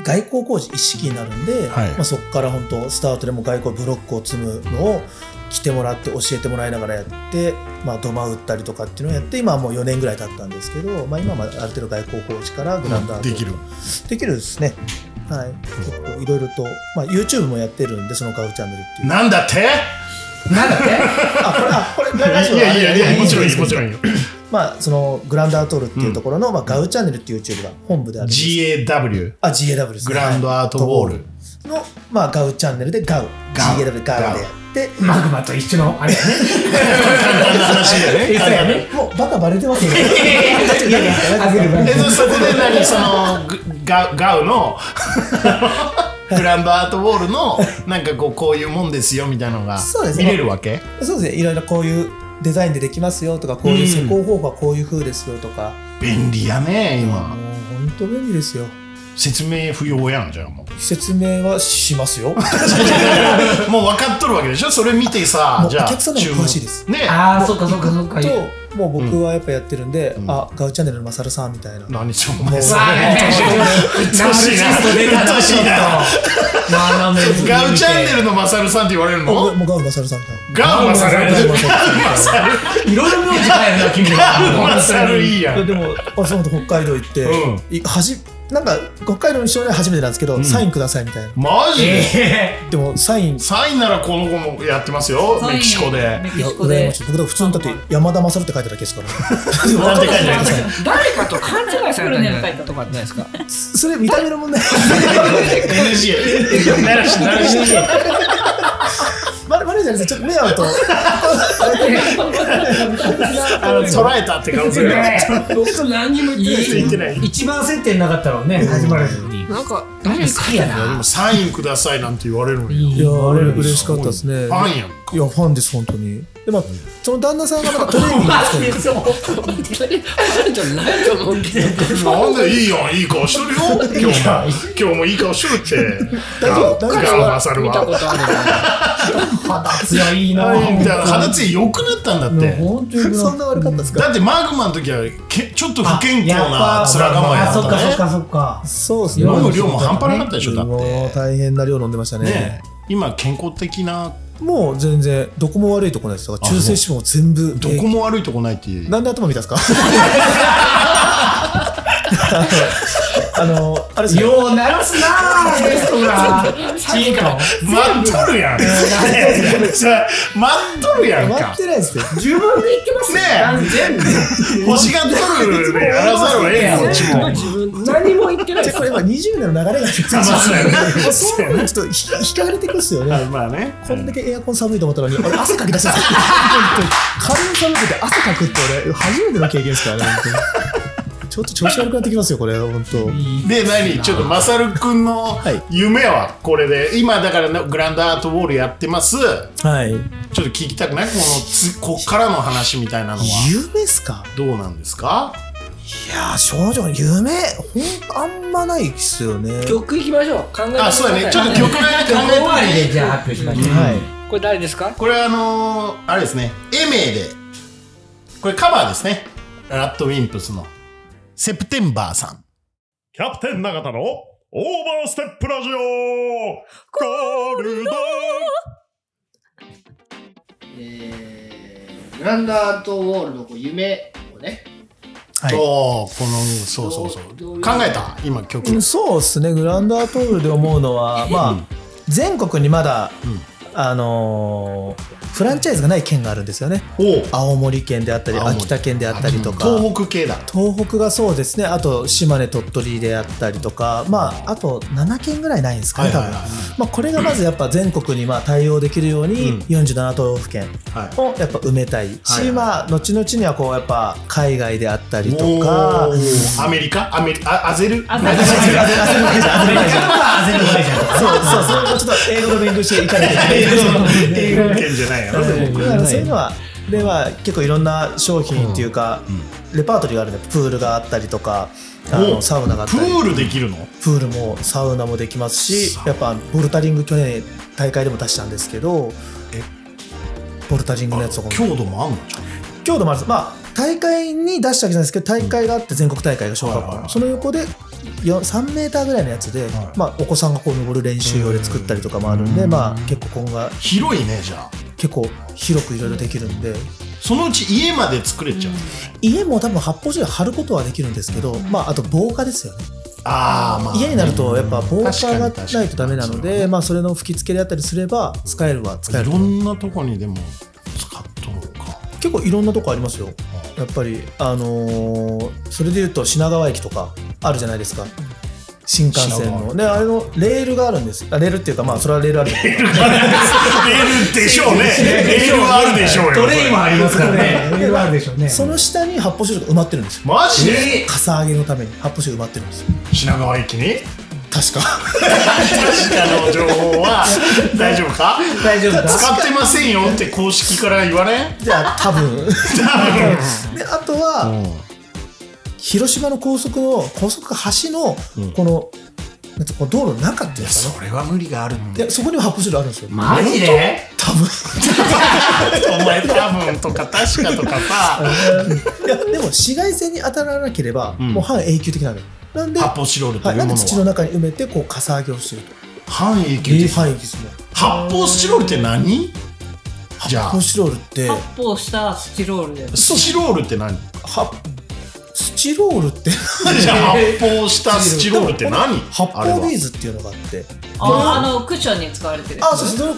外交工事一式になるんで、はいまあ、そこから本当スタートでも外交ブロックを積むのを来てもらって教えてもらいながらやって、まあ、土間打ったりとかっていうのをやって今はもう4年ぐらい経ったんですけど、まあ、今はまあある程度外交工事からグランドアートできるできるですね。はい。結構いろいろと、まあ、YouTube もやってるんで、そのカウチャンネルっていう。なんだってなんだってあ、これ、あ、これ、ラジオいやいやいやもちろんいいですもちろんいいよまあ、その、グランドアートールっていうところの、まあ、ガウチャンネルっていう YouTube が本部であるんです。 GAW あ、GAW ですグね。ランドアートウォールル。の、まあ、ガウチャンネルでガウ。ガウ GAW ガウでやって、マグマと一緒のあれね簡単な話だよねそうやねもうバカバレてますよね。いやいやアゼルバイえジャンそこで何そのグガガウのグランドアートウォールのなんかこうこういうもんですよみたいなのがそうですね見れるわけそうですね。いろいろこういうデザインでできますよとか、こういう施工方法はこういう風ですよとか、便利やねもう今本当便利ですよ。説明不要やんじゃあ (laughs) もう説明はしますよ。もう分かっとるわけでしょそれ見てさもうじゃあお客様も詳しいです注文ねああそうかそうかそうかいいわともう僕はやっぱやってるんで、あガウチャンネルのマサルさんみたいな、何しょお前もうさあやめてうっとうしいなナルシスト出たうっとうしいななガウチャンネルルのマサルさんって言われるもうのもうガウマサルさんみたいなガウマサルガウマガいろいろ名字変えるな君はウマサルいいやいやん (laughs) でもあそう北海道行って、うんいはじなんか北海道の少年初めてなんですけど、サインくださいみたいなマジでえでもサインサインならこの子もやってますよメキシコでメいキやシコ羨までしい僕だから普通にだって山田マサルって書いてるだけですから (laughs) なんて書いてあるんですか誰かと勘違いされたんじゃないとかってないですか。それ見た目の (laughs) 問題 NG ならしならしママネージャーにさちょっと目合うとあの捉えたって顔する僕何にも言って言ってないえ一番接点なかったろうね始まるのにない。なんか誰か好きやいやでなもサインくださいなんて言われるのにいやあれ嬉しかったですねファンやんいやファンです本当にでまあその旦那さんがまたトレーニングしてる本当にあるんじゃないと思うけど。なんでいいやんいい顔しとるよ今日も今日もいい顔しとるって丈夫ガウガウマサル見たこはとあるな。肌つやいいなだから肌つや良くなったんだって本当にそんな悪かったですかだってマグマの時はけちょっと不健康あな面構えやだっぱあそっかそっっかそっかそうですたねね飲む量も半端なかったでしょだってもう大変な量飲んでましたねねえ今健康的なもう全然どこも悪いとこないですだから中性脂肪も全部どこも悪いとこないっていうなんで頭見た (laughs) んですかあのあれですねようならすななゲストがチンコ待っとるやん。ねえそれ待っとるやん待かっ。てないですよ自分でいけますよね全部え、欲しがっとる (laughs) でやらざるをえんこっちも。何も言ってないじゃあこれ今20年の流れがありますまあそうやねもうそういうのちょっとひ引かれてくっすよねまあね。こんだけエアコン寒いと思ったのに俺汗かき出したんですよ本当に寒くて汗かくって俺初めての経験ですからね本当にちょっと調子悪くなってきますよこれ本当で、何ちょっと、まさるくんのはい夢はこれで、今だからなグランドアートウォールやってます。はいちょっと聞きたくないこのつ、こっからの話みたいなのは。夢っすかどうなんですかいやー少女の夢ほんあんまないっすよね曲いきましょう考えましょうあ、そうやね。ちょっと曲内で考えて終わりでじゃあ発表しましょう。はいこれ誰ですかこれはあのー、あれですね、エメで、これカバーですね。ラッドウィンプスの。セプテンバーさん。キャプテン永田のオーバーステップラジオゴールドえーグランドアートウォールのこう夢をね、はいおーこの、そうそうそう。ど考ういうえた今曲。うんそうですねグランドアートールで思うのは、まあ、全国にまだ、あのーフランチャイズがない県があるんですよねおう青森県であったり青森秋田県であったりとか東北系だ。東北がそうですねあと島根鳥取であったりとかまああと7県ぐらいないんですかはねい多はい分、はい。まあ、これがまずやっぱ全国にまあ対応できるように47都道府県はいをやっぱ埋めたいはいはいしまあ後々にはこうやっぱ海外であったりとおかーアメリカアメリカアゼルあそうですねアゼルバイジャンはアゼルバイジャン。そうそうそうちょっと英語の勉強していかないといけない (laughs) 英語圏じゃないやろ。でもだからそういうのはでは結構いろんな商品っていうか、レパートリーがあるんでプールがあったりとかあおのサウナがあっプたりールできるのプールもサウナもできますしやっぱボルタリング去年大会でも出したんですけどボルタリングのやつとかも強度もあんのじゃん強度もあるんですまあ大会に出したわけじゃないですけど大会があって全国大会が小学校の、はいはいはいその横でよ3メーターぐらいのやつで、まあ、お子さんがこう登る練習用で作ったりとかもあるんで、まあ、結構今後は広いね、じゃあ。結構広くいろいろできるんでそのうち家まで作れちゃう。家も多分発泡酒で貼ることはできるんですけど、まあ、あと防火ですよねあー、まあ。家になるとやっぱ防火が確かにないとダメなの確かで、まあ、それの吹き付けであったりすれば使えるは使えいるろんなとこにでも使っとるか。結構いろんなとこありますよやっぱりあのーそれでいうと品川駅とかあるじゃないですか新幹線のであれのレールがあるんですあレールっていうかまあそれはレールあるんですけどレールでしょうね。レールはあるでしょうよ。トレイもありますからね。トレイはあるでしょうね。その下に発泡酒が埋まってるんですよマジでえかさ上げのために発泡酒が埋まってるんですよ品川駅に確か確かの情報は大丈夫かー大丈夫だ。使ってませんよって公式から言われんじゃあ多分であとは、広島の高速の高速か橋のこの,、なんてこの道路の中っていうんですかねれは無理があるんいやそこにも発泡酒があるんですよ、マジで多 (laughs) 分お前多分とか確かとかさいやでも紫外線に当たらなければ、もう半永久的なのよなんで、発は泡スチロールといいうなもんので土のは中に埋めてこうかさ上げをすると半永久的半永久ですね発泡スチロールって何じゃコあンシロールって発泡したスチロールでスチロールって (laughs) 何はスチロールってじゃあ発泡したスチロールって何発あれは泡ビーズっていうのがあってああのクッションに使われてるあそうそうそれ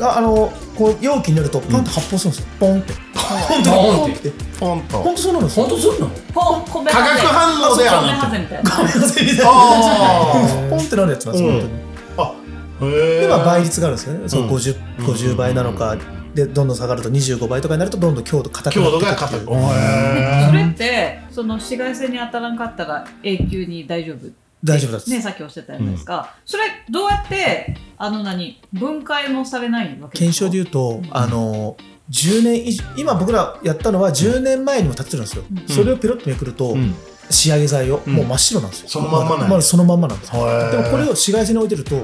があのこう容器になるとパンと発泡するんですよ、ポンってポンってポンと本当そうなんですよ本当するのポンコメ化ハ学ゼ反応では米なくハてゼみたいな (laughs) あーポンってなるやつなんですよ、うん本当にあへでえまあ倍率があるんですよね、そううん 50, 50倍なのか、でどんどん下がると25倍とかになるとどんどん強度硬くな強って度いくっていがう硬いそれってその紫外線に当たらんかったら永久に大丈夫大丈夫です、ねさっきおっしゃったじゃないですか、それどうやってあの何分解もされないわけ検証でう言うと、あの10年以上今僕らやったのは10年前にも立ってるんですよ、うんそれをペロッとめくると、うん仕上げ剤を、うんもう真っ白なんですよそのまんまなんやまあそのまんまなんですよへでえもこれを紫外線に置いてると、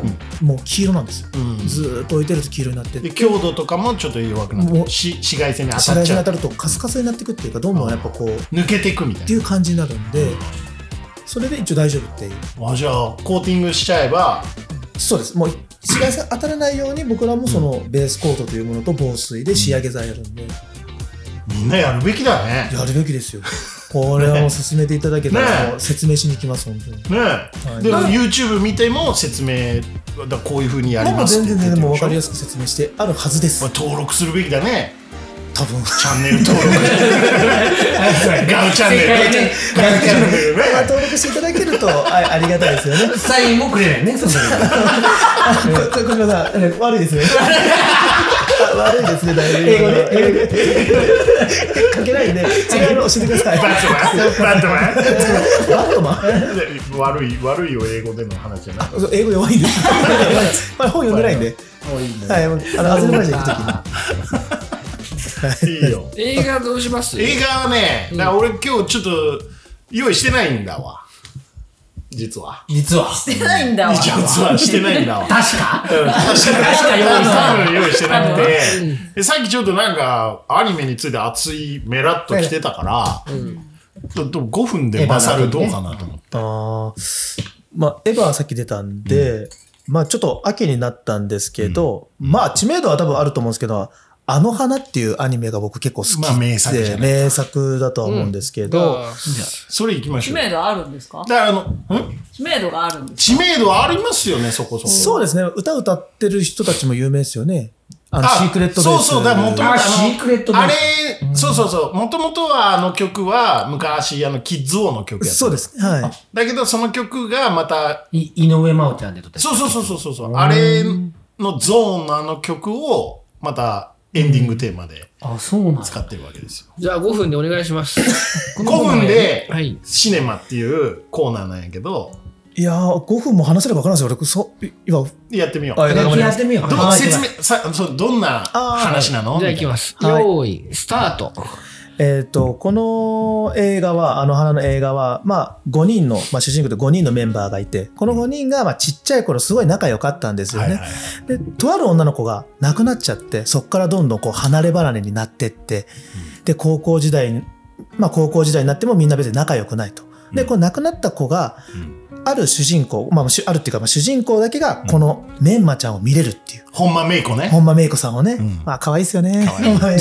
もう黄色なんですよ、うんずーっと置いてると黄色になってで強度とかもちょっと弱くなってもうし紫外線に当紫たっ外ち線ゃにう当たるとカスカスになっていくっていうかどんどんやっぱこう、っ抜けてくみたいていう感じになるんでそれで一応大丈夫っていうなあじゃあコーティングしちゃえばそうですもう紫外線当たらないように僕らもそのベースコートというものと防水で仕上げ剤やるんで、みんなやるべきだねやるべきですよこれはもう進めていただけたら、もう説明しに行きます、本当に。ねはいでも YouTube 見ても説明だこういうふうにやりもうますっ全て然言ってる全然もでう分しょかりやすく説明してあるはずですまあ。登録するべきだね多分。チャンネル登録ガウチャンネルガウチャンネルねまあ登録していただけるとあありがたいですよね。サインもくれないね、その時は。あこ小島さん、うん悪いですね。あ悪いですね、だいぶ。英語で。書けないんで、違うの教えてください。バットマンバットマンバットマン悪い悪いよ英語での話じゃないそう英語弱いんです。 (laughs) まあ本読んでないんで。はい、もうあのアゼルバイジャン行くときに。いいよ映画どうします映画はね、だから俺今日ちょっと用意してないんだわ実は実は。してないんだわ。実はしてないんだわ確か確かに用意してない多分用意してなくて、でさっきちょっとなんかアニメについて熱いメラっと来てたから、とと5分で勝るどうかなと思って、あーまあ、エヴァはさっき出たんで、まあちょっと秋になったんですけど、まあ知名度は多分あると思うんですけど、あの花っていうアニメが僕結構好きで、まあ名作じゃない名作だとは思うんですけど、それ行きまし知ょう名度あるんですかだからあのん知名度があるんです知名度ありますよねそこそこそうですね、歌歌ってる人たちも有名ですよね。あの、あシークレットベース。そうそうだから元々あのシークレットベーあれそうそうそうもともとはあの曲は昔あのキッズ王の曲やったそうですね、はい。だけどその曲がまたに。い井上真央ちゃんで撮ってそうそうそうそうそうそうあれのゾーンのあの曲をまたエンディングテーマであ、そうなん使ってるわけですよじゃあ5分でお願いします。 5分ではい。シネマっていうコーナーなんやけどいやー、5分も話せれば分からんですよ。俺、そ今、やってみようあだけやっいてみよう。どうはい説明さそうどんな話なのじゃみあ行たきいなます。はい用意、スタート。えっ、と、この映画は、あの花の映画は、まあ、5人の、まあ、主人公で5人のメンバーがいて、この5人が、まあ、ちっちゃい頃、すごい仲良かったんですよね。はいはいはいで、とある女の子が亡くなっちゃって、そこからどんどんこう離れ離れになってって、で、高校時代に、まあ、高校時代になってもみんな別に仲良くないと。で、この亡くなった子が、ある主人公、まあ、しあるっていうか、まあ、主人公だけが、このメンマちゃんを見れるっていう。本間メイコね本間芽衣子さんをね、んまあ、可愛いですよね。可愛い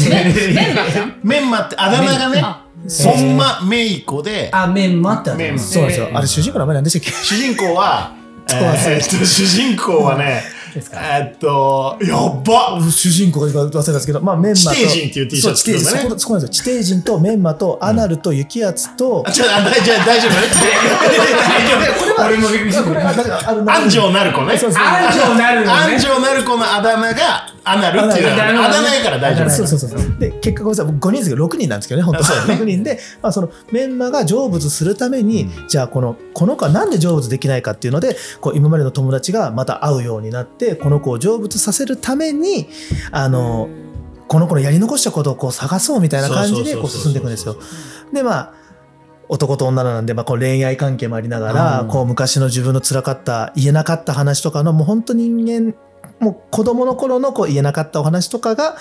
メンマってあだ名がねあ本間メイコであ、メンマってあメるンマそうなんですよ。あれ、主人公の名前なんでしたっけ主人公 (laughs) は、えそうなんでーすっと、主人公はね、えーっと、やっば主人公が今忘れたんですけど、まあ、メンマと。地底人っていう T シャツそ着てう地底人るそんだこそこなんですよ。地底人とメンマとアナルと雪圧と、あ、ちょ、あ、大丈夫、大丈夫 (laughs) 大丈夫。俺もびっくりしこれは確かあの安城なる子ね。そうそう安城なるのね安城なる子のあだ名が、アナルっていうのがあアるナルあだ名やから大丈夫。そうそうそうそうで結果ごめんなさい僕5人ですけど6人なんですけどね本当あ (laughs) そうはだね6人で、まあ、そのメンマが成仏するために、じゃあこのこの子はなんで成仏できないかっていうのでこう今までの友達がまた会うようになってこの子を成仏させるためにあのこの子のやり残したことをこう探そうみたいな感じでこう進んでいくんですよ。でまあ男と女なんで、まあ、こう恋愛関係もありながら、こう昔の自分の辛かった言えなかった話とかのもう本当人間もう子供の頃のこう言えなかったお話とかが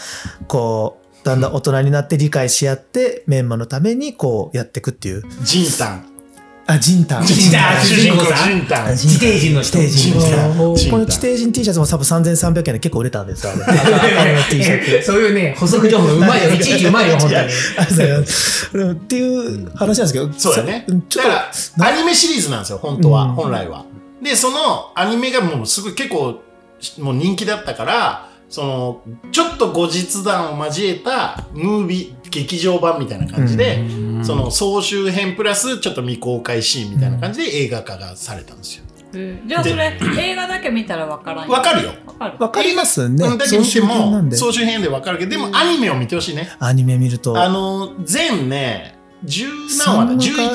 こうだんだん大人になって理解し合ってメンマのためにこうやっていくっていうジンタン。あジンタンジンタン主人主人公公さんジンタン。自定人の人。地底ジンタン人もうジンタンこの地底人 T シャツも多分3300円で結構売れたんですよあれ (laughs) あの T シャツ (laughs) そういうね、補足情報うまいよ。いちいちうまいよ、本当に。あそうよっていう話なんですけどそうだねさん。ちょだっから、アニメシリーズなんですよ、本当は、本来は。で、そのアニメがもうすごい結構、もう人気だったから、その、ちょっと後日談を交えたムービー、劇場版みたいな感じで、その総集編プラスちょっと未公開シーンみたいな感じで映画化がされたんですよ。えーじゃあそれ映画だけ見たらわからんわかるよ。わかるとわかりますねうんだけ見て総集編なんも、で総集編でわかるけど、でもアニメを見てほしいね。アニメ見るとあの、全ね、十何話だ、そんなか11、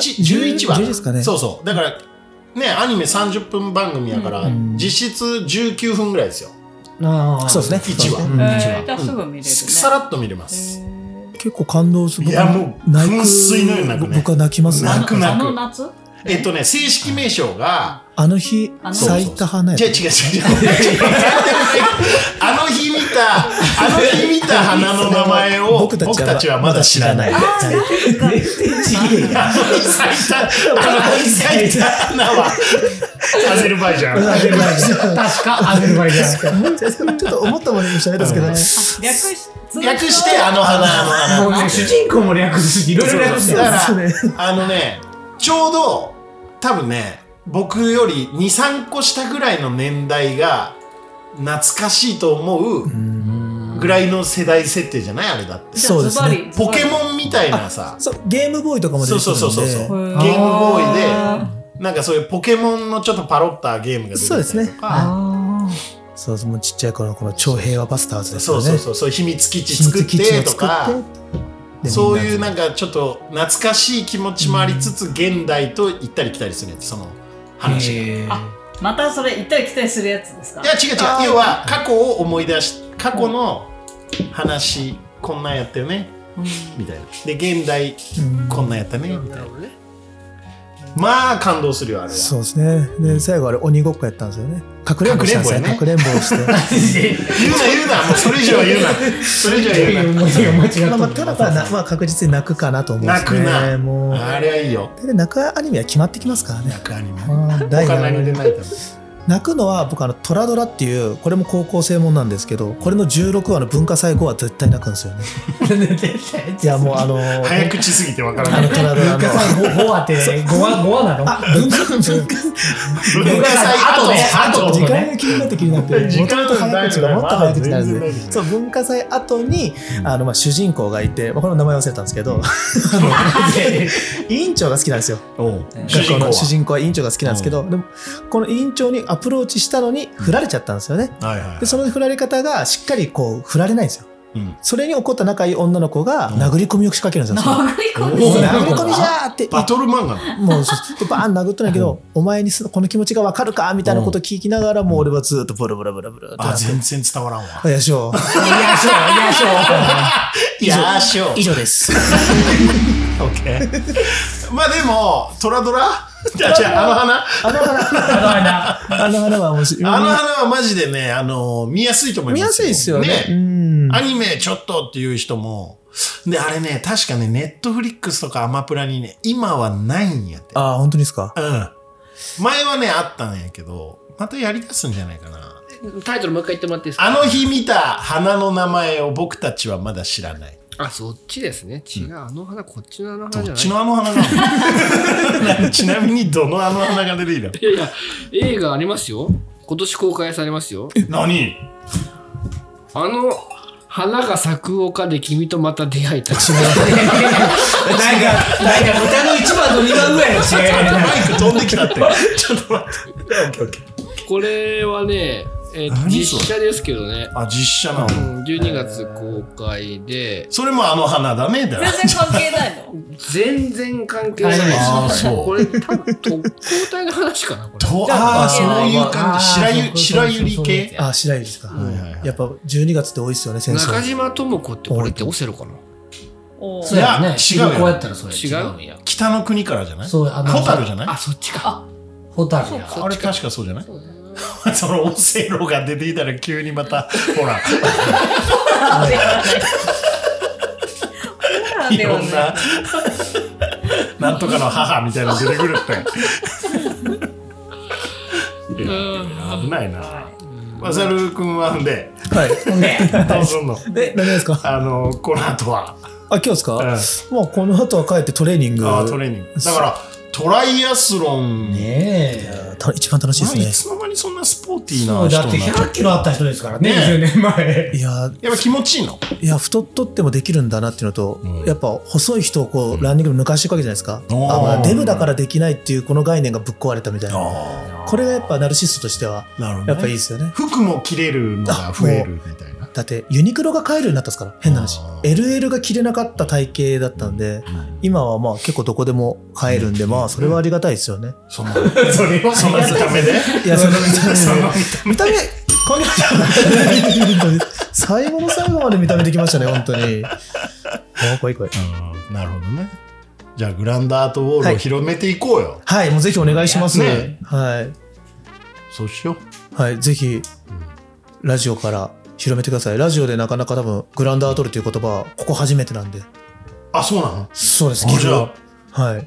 11話。 11ですかねそうそう。だから、ね、アニメ30分番組やから、実質19分ぐらいですよ。あそうですね1話。そうでうすねん一えーじゃ話あすぐ見れるねさらっと見れます。結構感動するいやもう泣く噴水のように泣くね僕は泣きますね泣く泣あくの夏えっとね、正式名称が、あの日あの日咲いた花やじゃ違う違う違う。違うあの日見た、あの日見た花の名前を僕たちはまだ知らない。あの日咲いた花はアゼルバイジャン。アゼルバイジャン確かアゼルバイジャンちょっと思ったものにしたいですけどね。略し略して、あの花のもうね主人公も略すしいろいろ略すだからそうねあのね、ちょうど、多分ね、僕より2、3個下ぐらいの年代が、懐かしいと思うぐらいの世代設定じゃないあれだって。そうですね。ポケモンみたいなさ、そうゲームボーイとかも出そうてくそうるそうそう。ゲーので、ムボーイで、なんかそういうポケモンのちょっとパロったゲームが出てきたりとか。そうですねそうそうもうちっちゃい頃のこの超平和バスターズですそようね。そうそう、そういう秘密基地作ってと秘か密基地を作、ってそういうでなんかちょっと懐かしい気持ちもありつつ、現代と行ったり来たりするやつ、その話が。いまたそれ行ったり来たりするやつですかや、違う違う。要は過去を思い出し、過去の話、こんなんやったよね、みたいな。で、現代、みんなうんこんなんやったね、みたいな。まあ、感動するよ、あれは。そうですね。で最後あれ鬼ごっこやったんですよね。かくれんぼしたんですよ。かかくくれんぼをして。 (laughs) 言うな、言うな、もうそれ以上は言うな。それ以上は言うな。まあまあ、ただまあな、まあ、確実に泣くかなと思うんですね。泣くなもう、あれはいいよ。大体泣くアニメは決まってきますからね。中にも。あー第他七何でないと思う。泣くのは僕あの「トラドラ」っていうこれも高校生もんなんですけどこれの16話の文化祭後は絶対泣くんですよねいやもうあの早口すぎてわからあない。のトラドラの5話って5話5話なのあ文化祭文化祭後ね、あと時ね間が気になって気になって時もと間ものと大早事口だがよもっと早口なんまだ全で然そう文化祭後にあのまあ主人公がいてまあこれ名前忘れたんですけどあの委員長が好きなんですよ主人学校公はの主人公は委員長が好きなんですけど、でもこの委員長にアプローチしたのに振られちゃったんですよね、はいはいはいでその振られ方がしっかりこう振られないんですよ、うんそれに怒った仲いい女の子が殴り込みを仕掛けるんですよ、殴り込そみの殴り込みじゃーってバトル漫画なのもうそうでバーン殴っとないけど、お前にすこの気持ちがわかるかみたいなこと聞きながら、もう俺はずっとブルブルブルブルってなあ、って全然伝わらんわ。あいやしょういやーしょ。以上ですオッケー。 (laughs) まあでも、トラドラじゃあ、違うあの花あの花あの花は面白いあの花はマジでね、あの、見やすいと思い見ます。やすいですよねうんアニメちょっとっていう人も、で、あれね、確かね、ネットフリックスとかアマプラにね、今はないんやって。ああ本当にですかうん。前はね、あったんやけど、またやり出すんじゃないかな。タイトルもう一回言ってもらっていいですかあの日見た花の名前を僕たちはまだ知らない。あそっちですね違う、あの花こっちのあの花じゃないどっちのあの花なの (laughs) ちなみにどのあの花が出てきたいやいや映画ありますよ今年公開されますよ何あの花が咲く丘で君とまた出会え (laughs) たなんか、なんか歌の1番と2番ぐらいの違いがねマイク飛んできたって。ちょっと待って。オッケーオッケーこれはね、えー何それ実写ですけどね、あ、実写なのう。ん、12月公開でそれもあの花だね、だから。全然関係ないの全然関係ないですあ (laughs) そうこれ多分特攻隊の話かな (laughs) これとじゃあああ、そういう感じ。白あゆー白そうゆりそうそうそう系あ白百合ですか、はいはいはいやっぱ12月って多いですよね戦争中島智子ってこれってオセロかなおー (laughs) そうやね。いや違うよこうやったらそれ違ううんや。北の国からじゃないそうあのホタルじゃないあそっちかホタルや。あれ確かそうじゃない (laughs) そのオセロが出てきたら急にまた、ほら、いろんな、 (laughs) なんとかの母みたいなの出てくるって。いや危ないな。わさるくんはんで、はいどうすんのえ、何ですかあの、この後は、あ、今日ですか、もうこの後は帰ってトレーニング。あトレーニング。だから、トライアスロン、ねえ。た一番楽しいまあいでつすの間にそんなスポーティーそなう人だっにてなっちゃっ100キロあった人ですからね、ねえ (laughs) 10年前。ね。いや、たやっぱ気持ちいいのいや、太っとってもできるんだなっていうのと、やっぱ細い人をこう、ランニングで抜かしていくわけじゃないですか。あ、おーまあ、デブだからできないっていうこの概念がぶっ壊れたみたいな。これがやっぱナルシストとしては、なるほやどっぱいいね。ですよね。服も切れるのが増えるみたいな。だってユニクロが買えるようになったんですから変な話あ LL が着れなかった体型だったんで、今はまあ結構どこでも買えるんで、まあそれはありがたいですよね、その、それはその見た目でいや、その見た目、見た目、関係ない。最後の最後まで見た目できましたね、本当 (laughs) に。お怖い怖い。うんなるほどね。じゃあグランドアートウォールを広めていこうよ。はい、もうぜひお願いします。ねはそうしよう。い。はい、ぜひ、ラジオから広めてください。ラジオでなかなか多分、グランドアートルという言葉は、ここ初めてなんで。あ、そうなのそうです、あじゃあはい。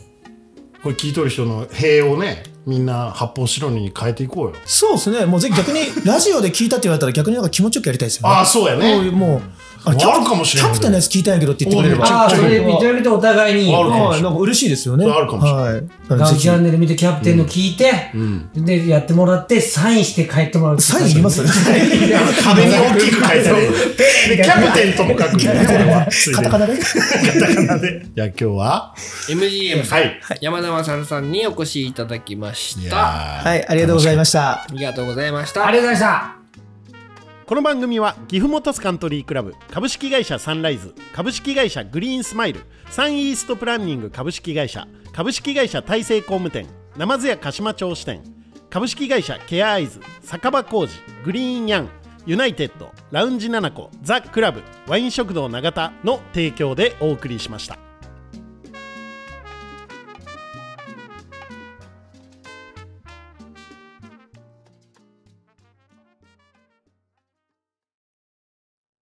これ聞いとる人の塀をね、みんな発泡スチロールに変えていこうよそうですね。もうぜ逆に、ラジオで聞いたって言われたら逆になんか気持ちよくやりたいですよね。ああそうやねもう、もう、あのキあャるかもしれないプテンのやつ聞いたんやけどって言ってくれれば。ああ、それめちはゃめちゃお互いにあ、るかもしれいなないんか嬉しいですよね。あるかもしれはい。なのガでンチぜャンネル見てキャプテンの聞いて、うんで、やってもらって、サインして帰ってもらう。ひ、サインいります壁に大きく書いてあるでキャプテンとも書くんだね俺はついでカにタカナでカタカナで (laughs) じゃあ今日は MGM さん、はい山田勝さんにお越しいただきましいたあやーはい、ありがとうございました。りがとうございましたありがとうございました。この番組は岐阜モトスカントリークラブ株式会社サンライズ株式会社グリーンスマイルサンイーストプランニング株式会社株式会社大成工務店ナ津屋鹿島町支店株式会社ケアアイズ酒場工事グリーンヤンユナイテッドラウンジナナコザ・クラブワイン食堂永田の提供でお送りしました。